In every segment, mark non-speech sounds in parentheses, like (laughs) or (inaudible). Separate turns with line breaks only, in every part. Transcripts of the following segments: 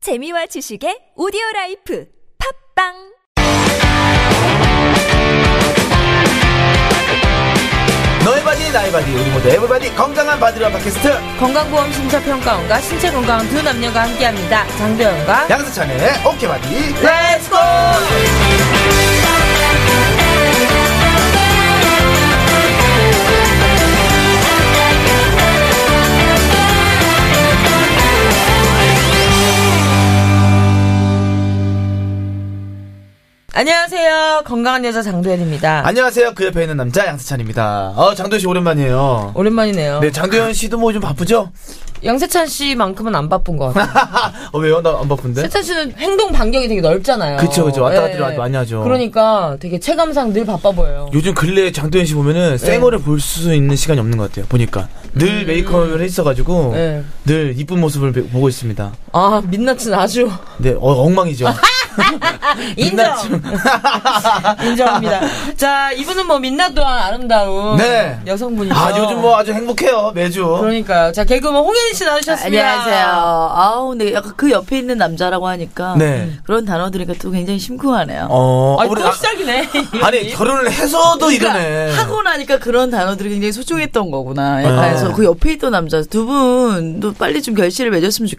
재미와 지식의 오디오 라이프 팝빵
너의 바디 나의 바디 우리 모두 에브바디 건강한 바디라 팟캐스트
건강보험 심사평가원과 신체건강 두 남녀가 함께합니다. 장도연과
양세찬의 오케이 바디
렛츠고! 안녕하세요. 건강한 여자 장도연입니다.
안녕하세요 그 옆에 있는 남자 양세찬입니다 어 장도연 씨 오랜만이에요
오랜만이네요.
네 장도연 씨도 뭐 좀 바쁘죠 (laughs)
양세찬 씨만큼은 안 바쁜 것 같아요.
어 왜요 나 안 바쁜데
세찬 씨는 행동 반경이 되게 넓잖아요.
그쵸, 그쵸. 왔다 갔다
예.
많이 하죠.
그러니까 되게 체감상 늘 바빠 보여요.
요즘 근래 에 장도연 씨 보면은 생얼을 볼 수 있는 시간이 없는 것 같아요 보니까 늘 메이크업을 했어가지고
네.
늘 이쁜 모습을 보- 보고 있습니다
아,
(laughs)
민낯은 아주
네 어, 엉망이죠
인정. (laughs) 인정합니다. 자, 이분은 뭐 민낯 또한 아름다운
네.
여성분이죠.
아 요즘 뭐 아주 행복해요 매주
그러니까요. 자, 개그맨 홍현희 씨 나오셨습니다.
안녕하세요. 아우, 근데 약간 그 옆에 있는 남자라고 하니까
네.
그런 단어 들으니까 또 굉장히 심쿵하네요.
어
아니,
우리
또
아-
시작이네.
(laughs) 아니 결혼을 해서도
그러니까
이러네
하고 나니까 그런 단어들이 굉장히 소중했던 거구나. 약간
아.
그래서 그 옆에 있던 남자 두 분도 빨리 좀 결실을 맺었으면
아.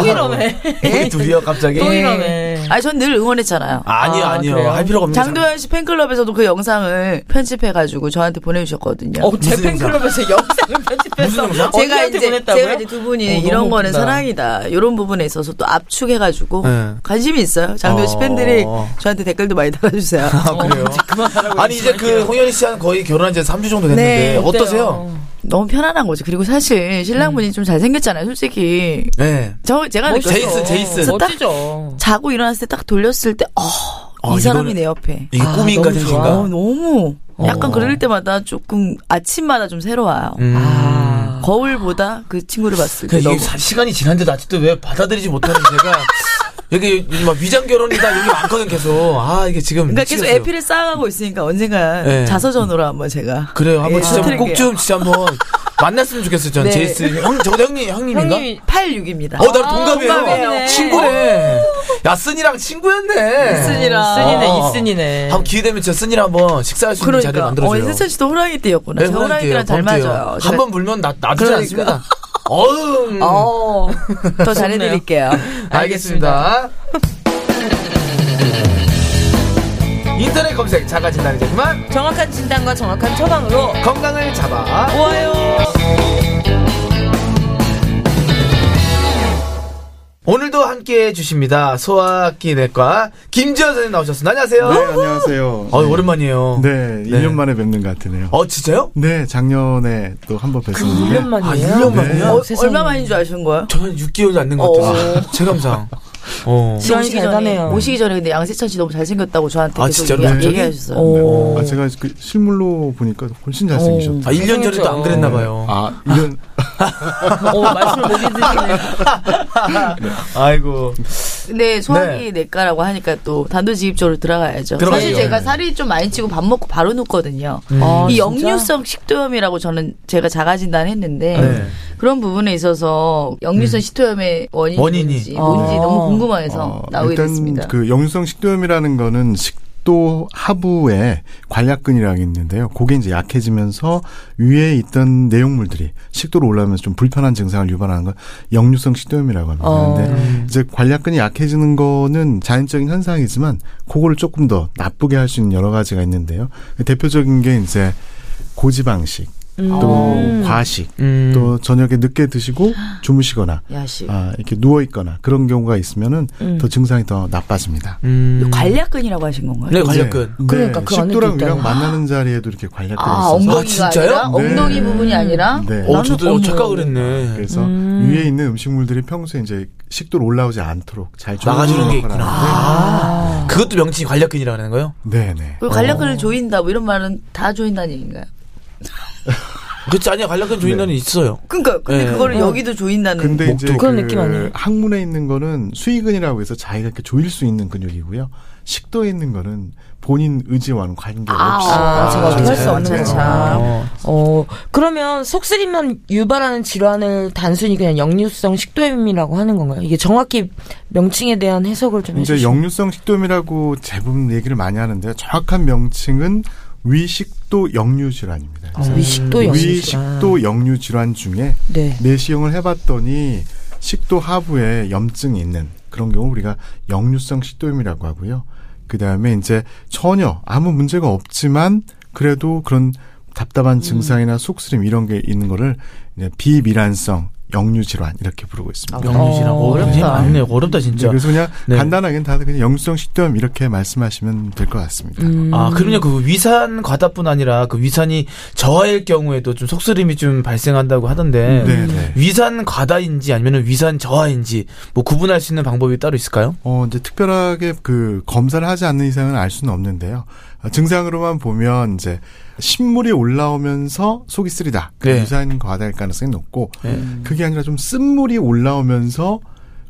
(laughs) 좋겠어요.
이러네.
(laughs) 우리 둘이요 갑자기
또 이러네.
아니, 전 늘 응원했잖아요.
아니요, 음,
아,
아니요.
그래요?
할 필요가 없는
장도연 씨 팬클럽에서도 그 영상을 편집해가지고 저한테 보내주셨거든요.
어, 제
(laughs) 무슨
팬클럽에서 영상을
무슨
편집해서
영상?
제가
어, 언니한테
이제
보냈다고요?
제가 이제 두 분이
어, 너무
이런 거는
웃긴다.
사랑이다 이런 부분에 있어서 또 압축해가지고
네.
관심이 있어요. 장도연 씨
어.
팬들이 저한테 댓글도 많이 달아주세요.
아, 그래요?
그만하라고
아니, 이제 그 홍현희 씨는 거의 결혼한 지 3주 정도 됐는데,
네,
어떠세요?
너무 편안한 거지. 그리고 사실
음.
신랑분이 좀 잘생겼잖아요. 솔직히
네.
저 제가
멋있어.
느꼈어요.
제이슨, 제이슨.
멋지죠.
자고 일어났을 때 딱 돌렸을 때, 어,
아,
이 사람이
이거는-
내 옆에.
이게
아,
꿈인가
너무
생신가?
좋아.
어, 너무 약간 그럴 때마다 조금 아침마다 좀 새로워요.
음.
아.
거울보다 그 친구를 봤을
그
때
이게
너무
사- 시간이 지난데도 아직도 왜 받아들이지 못하는 제가, 여기 요즘 막 위장 결혼이다, 여기 많거든, 계속. 아, 이게 지금.
그러니까 계속
미치겠어요.
에피를 쌓아가고 있으니까 언젠가
예.
자서전으로 한번 제가
그래요. 한번
예,
진짜
터뜨릴게요.
꼭 좀, 진짜 한번 만났으면 좋겠어요, 전.
네.
제이슨. 형, 저보다 형님, 형님인가?
형님이
86입니다.
어, 나랑 동갑이에요.
동갑이네.
친구네. 야, 쓴이랑 친구였네.
쓴이랑.
쓴이네,
어.
이쓴이네.
한번 기회 되면 진짜 쓴이랑 한번 식사할 수 있는 자리를
그러니까 어,
만들어줘요.
세찬 씨도 호랑이 띠였구나.
네,
제가 호랑이랑 잘
범띠예요.
맞아요. 제가-
한번 불면 나, 놔두지
그러니까. (laughs)
않습니다. 어음.
어, 더 잘해드릴게요.
알겠습니다. 인터넷 검색 작아진 날이제 그만
정확한 진단과 정확한 처방으로
건강을 잡아.
와요.
오늘도 함께 해주십니다. 소아기내과 김지현 선생님 나오셨습니다. 안녕하세요.
네, 안녕하세요.
어, 오랜만이에요.
네, 1년 만에 뵙는 것 같으네요.
어, 진짜요?
네, 작년에 또 한 번 뵀었는데.
그 1년 만이에요.
아, 1년 (laughs) 만이요?
어,
세상에.
얼마 만인 줄 아시는 거예요?
저는 6개월도 안 된 것 (laughs) 같아요. 체감상. 어.
시간이 잘 가네요.
오시기 전에 근데 양세찬 씨 너무 잘생겼다고 저한테
아,
계속
진짜로요?
얘기,
갑자기?
하셨어요
오.
아, 제가 그 실물로 보니까 훨씬 잘생기셨다.
아, 1년 전에도 안 그랬나봐요.
아, 1년.
(laughs) 오, 어, 말씀을 못 해드리네.
아이고.
근데 소화기 내과라고 하니까 또 단도직입적으로 들어가야죠.
네. 들어가죠. 네.
사실 제가 살이 좀 많이 찌고 밥 먹고 바로 눕거든요.
아,
이
진짜?
역류성 식도염이라고 저는 제가 자가진단 했는데
네. 음.
그런 부분에 있어서 역류성 식도염의 원인이
원인이. 아,
뭔지,
아.
뭔지 너무 궁금해서
어,
나오게
일단
됐습니다.
그 영유성 식도염이라는 거는 식도 하부에 관략근이라는 게 있는데요. 그게 이제 약해지면서 위에 있던 내용물들이 식도로 올라오면서 좀 불편한 증상을 유발하는 건 영유성 식도염이라고 합니다.
어.
근데 이제 관략근이 약해지는 거는 자연적인 현상이지만 그거를 조금 더 나쁘게 할 수 있는 여러 가지가 있는데요. 대표적인 게 이제 고지방식,
음.
또
어.
과식,
음.
또 저녁에 늦게 드시고 주무시거나
야식.
아, 이렇게 누워 있거나 그런 경우가 있으면은
음.
더 증상이 더 나빠집니다.
음.
관략근이라고 하신 건가요?
네, 관략근.
네,
그러니까 그 안에도
식도랑
있다고.
위랑 만나는 자리에도 이렇게 관략근이
아,
있어서
엉-
엉덩이가
아, 진짜요?
아니라
네.
엉덩이 부분이 아니라
네.
어,
나는
저도
어머.
착각을 했네.
그래서
음.
위에 있는 음식물들이 평소에 이제 식도로 올라오지 않도록 잘
막아주는 게
조절하는
있구나.
거라는데.
아. 그것도 명칭이 관략근이라고 하는 거예요?
네, 네.
그 관략근을 조인다 뭐 이런 말은 다 조인다는 얘기인가요?
그렇지 아니야 관략근 조인단이 있어요.
그러니까 근데
네.
그거를
어.
여기도 조인다는.
근데 이제
그런
그
느낌 아니에요?
항문에 있는 거는 수의근이라고 해서 자기가 이렇게 조일 수 있는 근육이고요. 식도에 있는 거는 본인 의지와는 관계없이
아, 아,
제가 어떻게 할수
자연스럽게.
없는 거죠.
어.
어.
어, 그러면 속쓰림만 유발하는 질환을 단순히 그냥 역류성 식도염이라고 하는 건가요? 이게 정확히 명칭에 대한 해석을 좀
이제
해주세요.
역류성 식도염이라고 제법 얘기를 많이 하는데요. 정확한 명칭은 위식도 역류 질환입니다.
아, 위식도 역류 질환.
위식도 역류 질환 중에
네.
내시경을 해봤더니 식도 하부에 염증이 있는 그런 경우 우리가 역류성 식도염이라고 하고요. 그 다음에 이제 전혀 아무 문제가 없지만 그래도 그런 답답한
음.
증상이나 속쓰림 이런 게 있는 거를 이제 비밀환성 역류 질환 이렇게 부르고 있습니다.
영유시랑
어,
어렵다.
어렵다.
많네. 어렵다
네,
진짜.
그래서 그냥
네.
간단하게는 다들 그냥 역류성 식도염 이렇게 말씀하시면 될 것 같습니다.
음.
아, 그럼요. 그 위산 과다뿐 아니라 그 위산이 저하일 경우에도 좀 속쓰림이 좀 발생한다고 하던데
네, 네.
위산 과다인지 아니면 위산 저하인지 뭐 구분할 수 있는 방법이 따로 있을까요?
어, 이제 특별하게 그 검사를 하지 않는 이상은 알 수는 없는데요. 어, 증상으로만 보면 이제 신물이 올라오면서 속이 쓰리다. 그
네.
유산 과다일 가능성이 높고
네.
그게 아니라 좀 쓴물이 올라오면서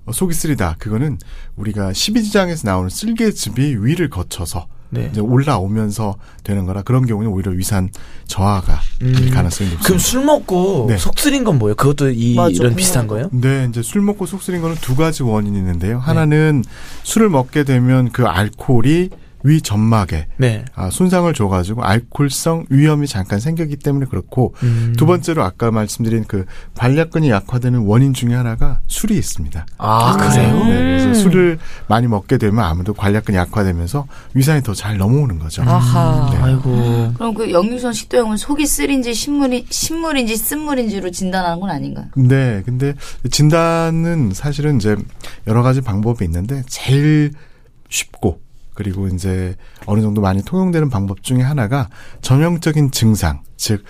어, 속이 쓰리다. 그거는 우리가 십이지장에서 나오는 쓸개즙이 위를 거쳐서
네.
이제 올라오면서 되는 거라 그런 경우는 오히려 위산 저하가 일 가능성이 높습니다.
음. 그럼 술 먹고
네.
속쓰린 건 뭐예요? 그것도 이,
맞아,
이런
그거.
비슷한 거예요?
네, 이제 술 먹고 속 쓰린 거는 두 가지 원인이 있는데요.
네.
하나는 술을 먹게 되면 그 알코올이 위 점막에
네.
아, 손상을 줘가지고 알코올성 위염이 잠깐 생기기 때문에 그렇고
음.
두 번째로 아까 말씀드린 그 발약근이 약화되는 원인 중에 하나가 술이 있습니다.
아, 그래요?
네, 그래서 술을 많이 먹게 되면 아무래도 관략근이 약화되면서 위산이 더 잘 넘어오는 거죠. 네.
아하.
아이고.
그럼 그 역류성 식도염은 속이 쓰린지 신물이 신물인지 쓴물인지로 진단하는 건 아닌가요?
네, 근데 진단은 사실은 이제 여러 가지 방법이 있는데 제일 쉽고 그리고 이제 어느 정도 많이 통용되는 방법 중에 하나가 전형적인 증상, 즉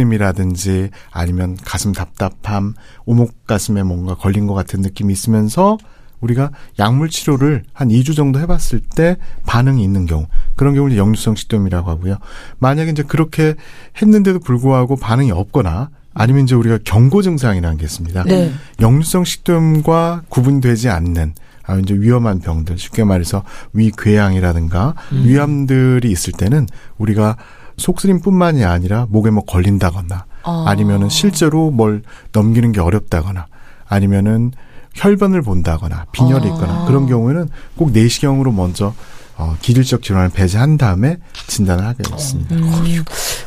속쓰림이라든지 아니면 가슴 답답함, 오목 가슴에 뭔가 걸린 것 같은 느낌이 있으면서 우리가 약물 치료를 한 2주 정도 해봤을 때 반응이 있는 경우 그런 경우를 이제 역류성 식도염이라고 하고요. 만약에 이제 그렇게 했는데도 불구하고 반응이 없거나 아니면 이제 우리가 경고 증상이라는 게 있습니다.
네.
역류성 식도염과 구분되지 않는 아 이제 위험한 병들 쉽게 말해서 위궤양이라든가 위암들이 있을 때는 우리가 속쓰림뿐만이 아니라 목에 뭐 걸린다거나 아니면은 실제로 뭘 넘기는 게 어렵다거나 아니면은 혈변을 본다거나 빈혈이 있거나 그런 경우에는 꼭 내시경으로 먼저 어, 기질적 질환을 배제한 다음에 진단을 하게
어.
됐습니다.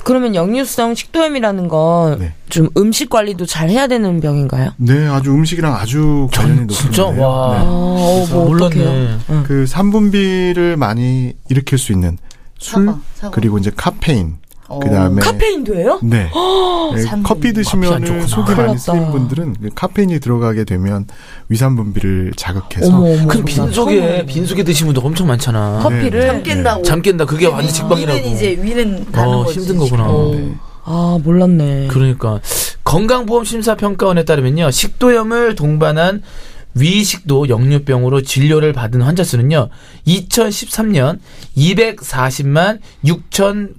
그러면 역류성 식도염이라는 건 좀
네.
음식 관리도 잘 해야 되는 병인가요?
네, 아주 음식이랑 아주 관련이 높은데요.
진짜? 와.
네.
아, 어, 뭐 어떡해요?
몰랐네.
그 산분비를 많이 일으킬 수 있는 술
사과, 사과.
그리고 이제 카페인
어.
그다음에
카페인도 해요?
네. 네,
산분비.
커피
커피 안 좋구나.
드시면 속이 많이
큰일
쓰인
났다.
분들은 그 카페인이 들어가게 되면 위산분비를 자극해서 네,
어머,
뭐
어머.
그럼
처음
빈속에
알았네.
빈속에 드신 분도 엄청 많잖아.
네,
커피를
깬다고.
잠 깬다. 그게 완전 직방이라고.
위는 이제 위는 가는
어,
거지.
힘든 거구나.
아 몰랐네.
그러니까 건강보험심사평가원에 따르면요 식도염을 동반한 위식도 역류병으로 진료를 받은 환자 수는요 2013년 240만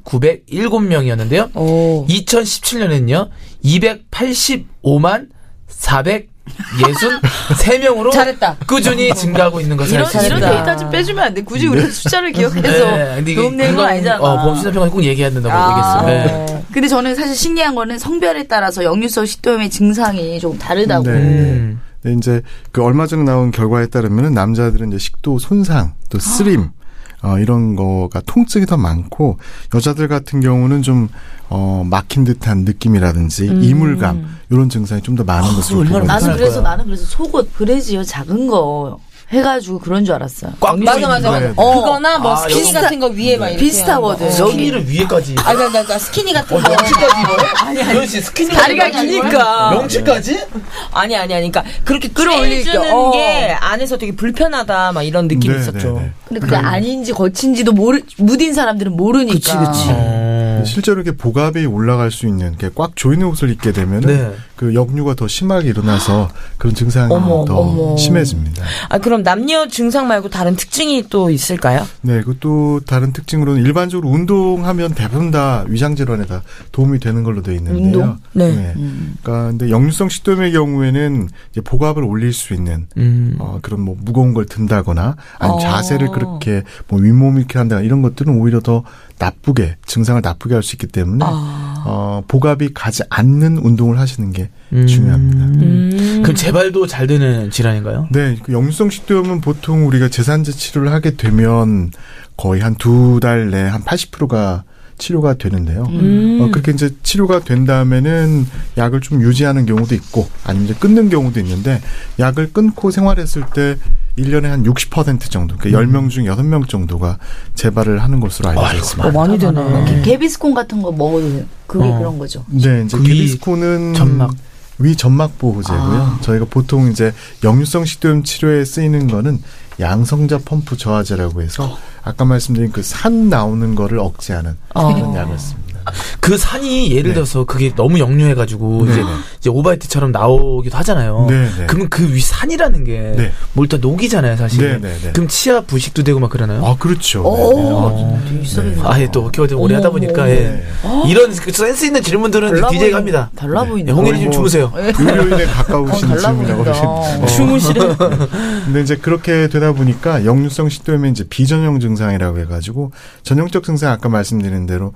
6,907명이었는데요
어.
오.
2017년에는요 285만 400 예순 3명으로
잘했다.
꾸준히 증가하고 있는 것을
이런
알수
이런
있습니다. 네,
잘했다.
데이터 좀 빼주면 안 돼. 굳이
네.
우리가 숫자를 기억해서
근데 이게
도움 되는 건
건강-
아니잖아.
어, 보험심사평가 꼭 얘기해야 된다고
아.
얘기했어요. 네.
근데 저는 사실 신기한 거는 성별에 따라서 역류성 식도염의 증상이 조금 다르다고.
네.
음.
네, 이제 그 얼마 전에 나온 결과에 따르면 남자들은 이제 식도 손상 또 쓰림 어, 이런 거가 통증이 더 많고 여자들 같은 경우는 좀 어, 막힌 듯한 느낌이라든지
음.
이물감 이런 증상이 좀 더 많은
아,
것으로
얼마나
보고
많은
있습니다.
나는 그래서
거야.
나는 그래서 속옷 브래지어 작은 거 해가지고 그런 줄 알았어요.
꽉
맞아 맞아 맞아.
네, 네.
어. 그거나 뭐
아,
스키니
비슷하-
같은 거 위에
네,
막 이렇게
비슷하거든.
뭐
하는 거.
여기를 위에까지. 어,
아, 그러니까, 그러니까 스키니 같은 거. 아니 아니.
그렇지 스킨
다리가
아.
기니까.
명치까지?
아니 아니 아니. 그러니까 그렇게 끌어올리는
주는
게
게
안에서 되게 불편하다 막 이런 느낌이
네,
있었죠.
네, 네.
근데 그게 아닌지 거친지도 모르 무딘 사람들은 모르니까.
그치, 그치.
어. 어.
네. 실제로 이렇게 복압이 올라갈 수 있는 이렇게 꽉 조이는 옷을 입게 되면
네.
은그 역류가 더 심하게 일어나서 그런 증상이
어머,
더
어머.
심해집니다.
아, 그럼 남녀 증상 말고 다른 특징이 또 있을까요?
네, 그것도 다른 특징으로는 일반적으로 운동하면 대부분 다 위장 질환에 다 도움이 되는 걸로 되어 있는데요.
운동? 네.
그러니까 근데 역류성 식도염의 경우에는 이제 복압을 올릴 수 있는
음.
어, 그런 뭐 무거운 걸 든다거나 아니면
어.
자세를 그렇게 뭐 윗몸 이렇게 한다 이런 것들은 오히려 더 나쁘게 증상을 나쁘게 할 수 있기 때문에
아.
어, 복압이 가지 않는 운동을 하시는 게
음.
중요합니다.
그럼 재발도 잘 되는 질환인가요?
네, 그 역류성 식도염은 보통 우리가 재산제 치료를 하게 되면 거의 한 두 달 내에 한 80%가 치료가 되는데요.
음.
어, 그렇게 이제 치료가 된 다음에는 약을 좀 유지하는 경우도 있고 아니면 이제 끊는 경우도 있는데 약을 끊고 생활했을 때 1년에 한 60% 정도, 그러니까 10명 중 6명 정도가 재발을 하는 것으로 알려져 있습니다.
어, 많이 되네.
개비스콘 같은 거 먹어도 돼요. 그게
어.
그런 거죠.
네, 이제
그위
개비스코는
점막. 아.
위 점막 보호제고요. 저희가 보통 이제 역류성 식도염 치료에 쓰이는 거는 양성자 펌프 저하제라고 해서 아까 말씀드린 그 산 나오는 거를 억제하는
아.
그런 약을 씁니다.
그 산이 예를
네.
들어서 그게 너무 역류해가지고
네.
이제, 이제 오바이트처럼 나오기도 하잖아요.
네, 네.
그럼 그 위 산이라는 게 뭘
네.
다 녹이잖아요, 사실.
네, 네, 네.
그럼 치아 부식도 되고 막 그러나요?
아 그렇죠.
어.
있어요.
아예 또 겨우 오래 하다 보니까 예.
네.
어?
이런 그 센스 있는 질문들은
달라
DJ
보이는-
가 합니다.
달라 보이네.
예, 홍일이 좀
뭐-
주무세요. (laughs)
의료인에 가까우신
어, 달라
질문이라고
보인다.
하시는데.
주무시는
(laughs) 근데 이제 그렇게 되다 보니까 역류성 식도염이 이제 비전형 증상이라고 해가지고 전형적 증상 아까 말씀드린 대로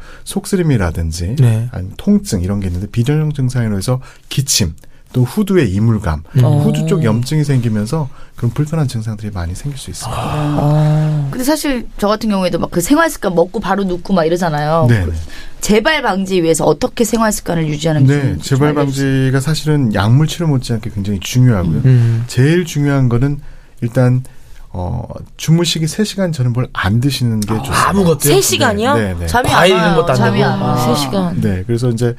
속쓰림이라든지
네.
아니면 통증 이런 게 있는데 비전형 증상으로 해서 기침 또 후두에 이물감,
음.
후두 쪽 염증이 생기면서 그런 불편한 증상들이 많이 생길 수 있습니다.
아,
근데 사실 저 같은 경우에도 막 그 생활 습관 먹고 바로 눕고 막 이러잖아요.
네.
재발 방지 위해서 어떻게 생활 습관을 유지하는 게
네,
좋은지 좀
재발
알려주세요.
방지가 사실은 약물 치료 못지않게 굉장히 중요하고요.
음.
제일 중요한 거는 일단 어 주무시기 3시간 전에 뭘 안 드시는 게 좋습니다.
아무것도요.
세시간이요
네, 네.
잠이
과일
안
이런
와요.
것도 안
잠이
되고.
안 와요.
세시간
네, 그래서 이제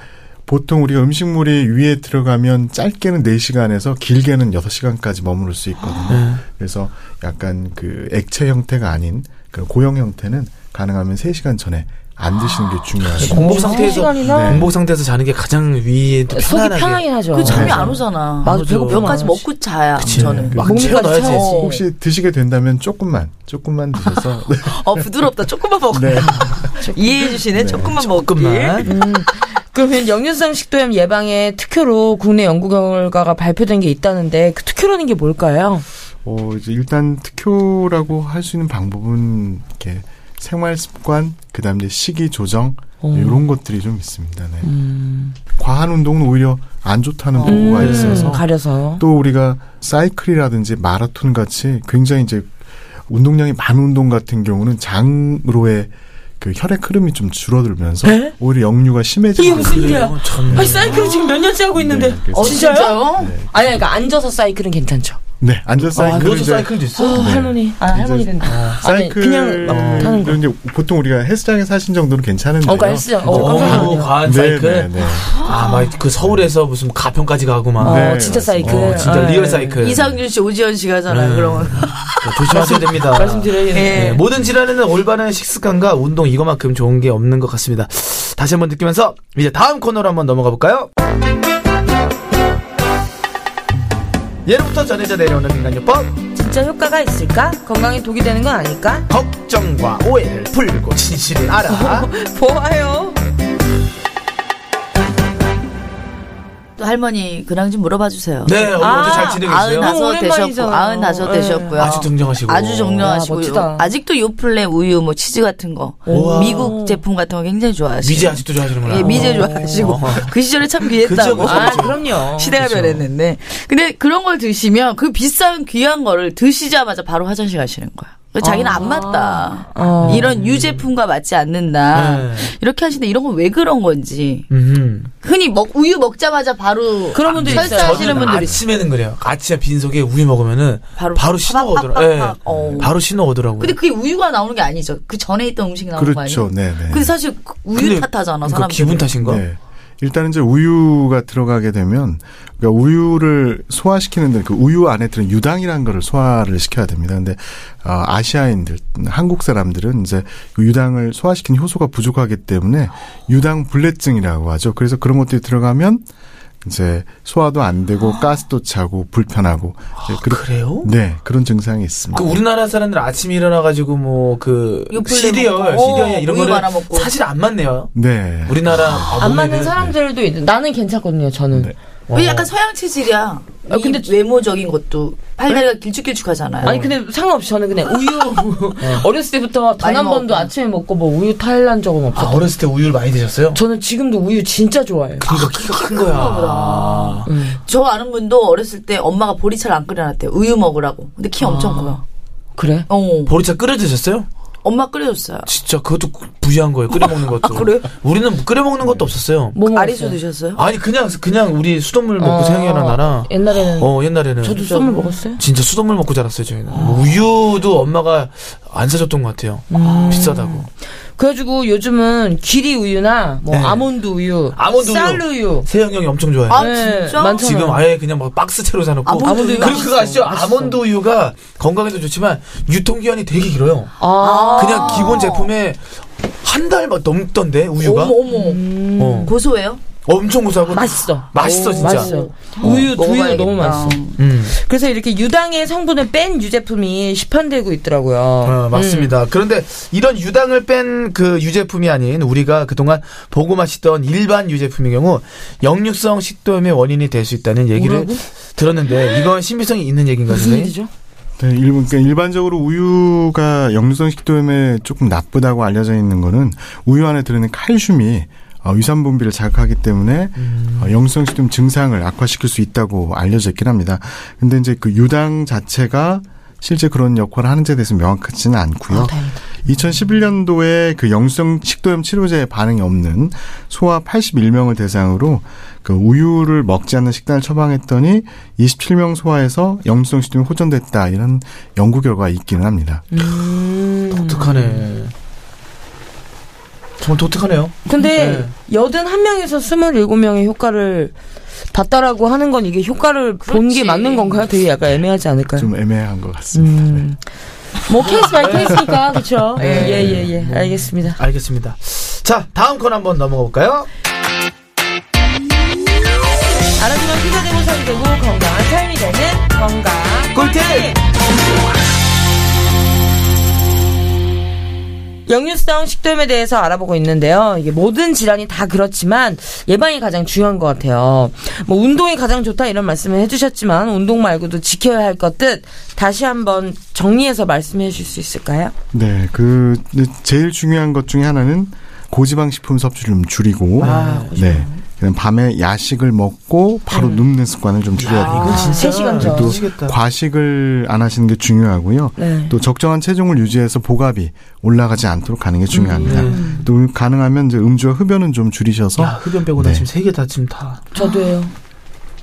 보통 우리가 음식물이 위에 들어가면 짧게는 4시간에서 길게는 6시간까지 머무를 수 있거든요. 그래서 약간 그 액체 형태가 아닌 그런 고형 형태는 가능하면 3시간 전에 안 드시는 게 중요하죠.
공복 상태에서
시간이나
네.
공복 상태에서 자는 게 가장 위에 또
속이
편안하게.
편하긴 하죠. 네.
그 잠이
맞아.
안 오잖아.
맞아, 배고프면
몇까지
안
먹고 자야
그치.
저는.
막
목까지
채워 넣어야지.
채워.
혹시 드시게 된다면 조금만, 조금만 드셔서. 네.
어 부드럽다. 조금만 먹어.
네.
(laughs) 이해해 주시네. 조금만 먹기.
조금만.
그러면 역류성 식도염 예방에 특효로 국내 연구 결과가 발표된 게 있다는데 그 특효라는 게 뭘까요?
어, 이제 일단 특효라고 할 수 있는 방법은 이렇게 생활 습관, 그 다음에 식이 조정,
어.
이런 것들이 좀 있습니다. 네.
음.
과한 운동은 오히려 안 좋다는 보고가
네.
있어서
가려서.
또 우리가 사이클이라든지 마라톤 같이 굉장히 이제 운동량이 많은 운동 같은 경우는 장으로의 그 혈액 흐름이 좀 줄어들면서 오히려 역류가
네? 이게
심해지는
무슨 일이야?
어, 참.
아니 사이클 지금 몇 년째 하고 있는데.
네, 그래서-
어, 진짜요? 아니 그러니까 앉아서 사이클은 괜찮죠.
네 앉아 사이클
누워서 사이클도 있어?
네.
할머니. 아 할머니
이제-
된다.
사이클 어,
그냥 막 타는 거.
이제 보통 우리가 헬스장에 사신 정도는 괜찮은데.
어, 그러니까 헬스장. 어,
어,
깜짝
어, 과한 사이클.
네, 네.
아, 막 그 서울에서 무슨 가평까지 가고 막.
어
네,
진짜
맞습니다.
사이클.
어, 진짜
네.
리얼 사이클.
이상준 씨, 오지현 씨가 하잖아요.
네.
그러면
조심하셔야 됩니다.
말씀드려야겠네.
네, 모든 질환에는 올바른 식습관과 운동 이거만큼 좋은 게 없는 것 같습니다. 다시 한번 느끼면서 이제 다음 코너로 한번 넘어가 볼까요? 예로부터 전해져 내려오는 민간요법
진짜 효과가 있을까? 건강에 독이 되는 건 아닐까? (laughs)
걱정과 오해를 풀고 진실을 알아
보아요.
또 할머니 근황 좀 물어봐 주세요.
네 어머니
아,
어제 잘 지내고
아흔
있어요?
너무
다섯 되셨고
오랜만이잖아요.
아흔 다섯
예.
되셨고요.
아주 정정하시고.
아주
와,
정정하시고
멋지다.
아직도 요플레 우유 뭐 치즈 같은 거
우와.
미국 제품 같은 거 굉장히 좋아하시고
미제 아직도 좋아하시는구나
예, 미제 좋아하시고
어.
그 시절에 참 귀했다고
그죠,
아 그럼요.
시대가 변했는데 근데 그런 걸 드시면 그 비싼 귀한 거를 드시자마자 바로 화장실 가시는 거야. 그래서 자기는 안 맞다.
아. 어.
이런 유제품과 맞지 않는다.
네.
이렇게 하시는데 이런 건 왜 그런 건지
음흠.
흔히 먹 우유 먹자마자 바로
그런 분들
아,
있어요.
설사하시는
저는
분들이
아침에는 그래요. 아침에 빈속에 우유 먹으면은 바로,
바로
신호 오더라고요. 예,
팍팍팍팍. 어.
바로 신호 오더라고요.
근데 그게 우유가 나오는 게
그렇죠.
아니죠. 그 전에 있던 음식이 나오는 거 아니에요?
그렇죠. 네, 네.
근데 사실 우유
근데
그러니까
탓하잖아
그거
사람들.
기분 탓인가?
네. 일단 이제 우유가 들어가게 되면 그러니까 우유를 소화시키는데 그 우유 안에 들은 유당이라는 거를 소화를 시켜야 됩니다. 근데 어, 아시아인들 한국 사람들은 이제 그 유당을 소화시키는 효소가 부족하기 때문에 유당 불내증이라고 하죠. 그래서 그런 것들이 들어가면 이제 소화도 안 되고 가스도 차고 불편하고 이제 그런-
아, 그래요?
네 그런 증상이 있습니다.
그 우리나라 사람들 아침에 일어나가지고 뭐 그
요플레
시리얼,
먹고,
시리얼이나 이런
우유
거를
말아 먹고.
사실 안 맞네요.
네.
우리나라 아,
안
몸에는-
맞는 사람들도 있는. 나는 괜찮거든요. 저는.
네.
왜 약간 서양 체질이야.
아,
이
근데
외모적인 것도 팔다리가 길쭉길쭉하잖아요.
아니 근데 상관없이 저는 그냥 우유 어. (laughs) 어렸을 때부터 단
많이
한 번도
먹었구나.
아침에 먹고 뭐 우유 탈난 적은
아,
없어.
어렸을 때 우유를 많이 드셨어요?
저는 지금도 우유 진짜 좋아해요.
그러니까 키가 큰 거야.
보다.
음.
저 아는 분도 어렸을 때 엄마가 보리차를 안 끓여놨대요. 우유 먹으라고. 근데 키 엄청
아.
커요.
그래?
어.
보리차 끓여 드셨어요?
엄마 끓여줬어요.
진짜 그것도 부유한 거예요. 끓여
(laughs)
먹는 것도.
그래요?
우리는 끓여 먹는 것도 없었어요.
아, 뭐
아리수
먹었어요?
드셨어요?
아니 그냥 그냥 우리 수돗물 먹고
어,
생겨난 나라.
옛날에는
어 옛날에는
저도 아. 썸을 먹었어요.
진짜 수돗물 먹고 자랐어요 저희는. 뭐 우유도 엄마가 안 사줬던 것 같아요.
음.
비싸다고.
그래가지고 요즘은 귀리 우유나 뭐
네.
아몬드 우유,
아몬드 우유.
쌀 우유. 네,
세영 형이 엄청 좋아해요.
아, 진짜?
많잖아요.
지금 아예 그냥 막 박스채로 사놓고.
아몬드 아몬드 우유
그리고 그거 아시죠?
맛있어.
아몬드 우유가 건강에도 좋지만 유통기한이 되게 길어요.
아,
그냥 기본 제품에 한 달 막 넘던데 우유가.
어머, 어머.
어.
고소해요?
엄청 고소하고
맛있어.
맛있어, 진짜.
맛있어. 우유, 두유 너무
먹어봐야겠다.
맛있어.
음.
그래서 이렇게 유당의 성분을 뺀 유제품이 시판되고 있더라고요.
어,
음.
맞습니다. 그런데 이런 유당을 뺀 그 유제품이 아닌 우리가 그동안 보고 마시던 일반 유제품의 경우 역류성 식도염의 원인이 될 수 있다는 얘기를 들었는데 이건 신빙성이 있는 얘기인가요?
무슨
선생님?
일이죠?
네, 일본, 그러니까 일반적으로 우유가 역류성 식도염에 조금 나쁘다고 알려져 있는 거는 우유 안에 들어있는 칼슘이 어, 위산 분비를 자극하기 때문에 어, 역류성 식도염 증상을 악화시킬 수 있다고 알려져 있긴 합니다. 근데 이제 그 유당 자체가 실제 그런 역할을 하는지에 대해서 는 명확하지는 않고요. 2011년도에 그 영성 식도염 치료제에 반응이 없는 소아 81명을 대상으로 그 우유를 먹지 않는 식단을 처방했더니 27명 소아에서 영성 식도염이 호전됐다 이런 연구 결과가 있기는 합니다.
네.
음.
독특하네. 정말 독특하네요.
근데 여든 한 명에서 스물일곱 명의 효과를 봤다라고 하는 건 이게 효과를 본 게
그렇지.
맞는 건가요? 되게 약간 애매하지 않을까요?
좀 애매한 것 같습니다.
음. 뭐 케이스 바이 케이스니까 그렇죠. 예예예 알겠습니다.
알겠습니다. 자, 다음 건 한번 넘어가 볼까요?
알아주면 피자 되고 살이 되고 건강한 삶이 되는 건강
꿀팁!
역류성 식도염에 대해서 알아보고 있는데요. 이게 모든 질환이 다 그렇지만 예방이 가장 중요한 것 같아요. 뭐 운동이 가장 좋다 이런 말씀을 해주셨지만 운동 말고도 지켜야 할 것들 다시 한번 정리해서 말씀해 주실 수 있을까요?
네, 그 제일 중요한 것 중에 하나는 고지방 식품 섭취를 좀 줄이고,
아,
네,
그렇죠.
그냥 밤에 야식을 먹고 바로
네.
눕는 습관을 좀 줄여야 돼요.
세 시간 전.
미치겠다.
과식을 안 하시는 게 중요하고요.
네.
또 적정한 체중을 유지해서 보갑이 올라가지 않도록 하는 게 중요합니다. 또 가능하면 이제 음주와 흡연은 좀 줄이셔서
음. 야, 아, 흡연 빼고 나
네.
지금 세 개 다 지금 다
저도요.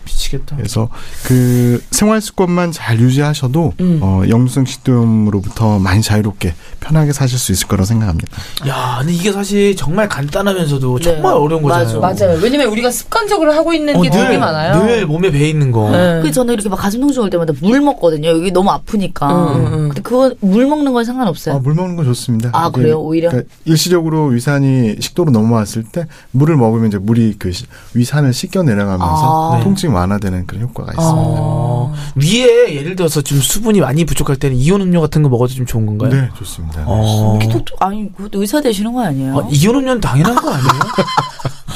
미치겠다.
그래서 그 생활 습관만 잘 유지하셔도
음.
어, 영성 식도염으로부터 많이 자유롭게 편하게 사실 수 있을 거라 고 생각합니다.
야, 근데 이게 사실 정말 간단하면서도 정말 어려운 거잖아요.
네. 맞아요. 왜냐면 우리가 습관적으로 하고 있는
어,
게 되게 많아요.
늘 몸에 배 있는 거.
네.
그 저는 이렇게 막 가슴통증 올 때마다 물 먹거든요. 여기 너무 아프니까.
음, 음, 음.
근데 그거 물 먹는 건 상관없어요.
아, 물 먹는 건 좋습니다.
네. 아,
이게
그래요? 오히려?
그러니까 일시적으로 위산이 식도로 넘어왔을 때 물을 먹으면 이제 물이 그 시- 위산을 씻겨 내려가면서
아.
통증이 완화되는 그런 효과가 있습니다.
어, 위에 예를 들어서 좀 수분이 많이 부족할 때는 이온 음료 같은 거 먹어도 좀 좋은 건가요?
네, 좋습니다.
어.
이렇게 톡톡, 아니, 그것도 의사 되시는 거 아니에요?
아, 이온 음료는 당연한 거 아니에요?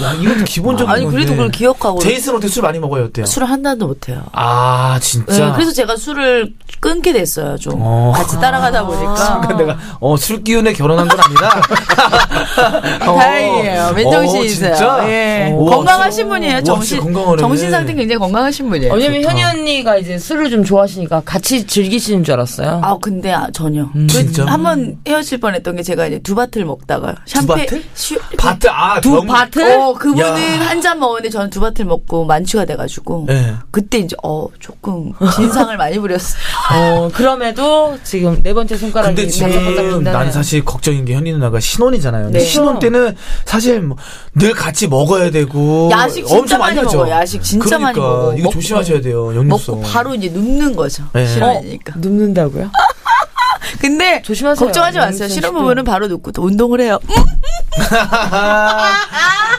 야, 이건 기본적인
아니,
건데.
그래도 그걸 기억하고
제이슨 어떻게 술 많이 먹어요, 어때요?
술을 한 잔도 못해요.
아, 진짜.
네, 그래서 제가 술을 끊게 됐어요, 좀.
어.
같이 따라가다 보니까.
순간 (laughs) 내가 어, 술 기운에 결혼한 건 아니다. 어,
다행이에요. 맨정신이세요.
어, 진짜?
예.
우와,
건강하신 분이에요.
진짜
정신
건강하네.
정신 상태 굉장히 건강하신
아,
분이에요.
왜냐면 현이 언니가 이제 술을 좀 좋아하시니까 같이 즐기시는 줄 알았어요.
아, 근데 아, 전혀.
진짜?
그
한번 헤어질 뻔 했던 게 제가 이제 두 바틀 먹다가 샴페
바틀?
슈-
바트 아,
두
병-
바틀?
어,
네. 어,
야.
그분은 한 잔 먹었는데 저는 두 바틀 먹고 만취가 돼가지고
네.
그때 이제 어 조금 진상을 많이 부렸어.
어, 그럼에도 지금 네 번째 손가락이
근데 지금 난 사실 걱정인 게 현희 누나가 신혼이잖아요. 근데
네.
신혼 때는 사실 뭐늘 같이 먹어야 되고
야식 진짜
엄청 많이
많이
하죠.
먹어요. 야식 진짜 많이
그러니까
먹어.
이거
먹고
조심하셔야 돼요. 영육성.
먹고 바로 이제 눕는 거죠.
네.
싫어하니까.
눕는다고요?
근데
조심하세요. 네,
걱정하지 마세요.
영육성
싫은
식도.
부분은 바로 눕고 또 운동을 해요. 음,
아. 야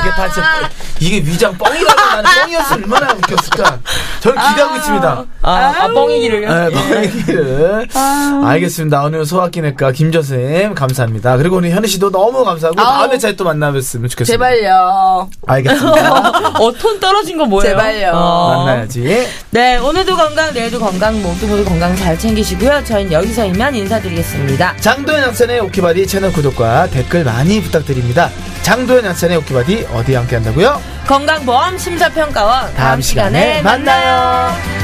이게 다 진짜
아.
뻥- 이게 위장 뻥이라고 나는 뻥이었으면 얼마나 웃겼을까. 저는 기대하고 있습니다.
아, 아 뻥이기를요?
네, 방귀를.
아.
알겠습니다. 오늘 소아기내과 김전쌤 감사합니다. 그리고 오늘 현희 씨도 너무 감사하고 다음 회차에 또 만나뵀으면 좋겠습니다.
제발요. (laughs)
알겠습니다.
어, 톤 떨어진 거 뭐예요?
제발요.
어.
만나야지.
네, 오늘도 건강, 내일도 건강, 모두 모두 건강 잘 챙기시고요. 저희는 여기서 이만 인사드리겠습니다.
장도연 양산의 오키바디 채널 구독과 댓글 많이 부탁드립니다. 장도연 양산의 오키바디 어디 함께 한다고요?
건강보험 심사평가원 다음,
다음 시간에
시간에 만나요.
만나요.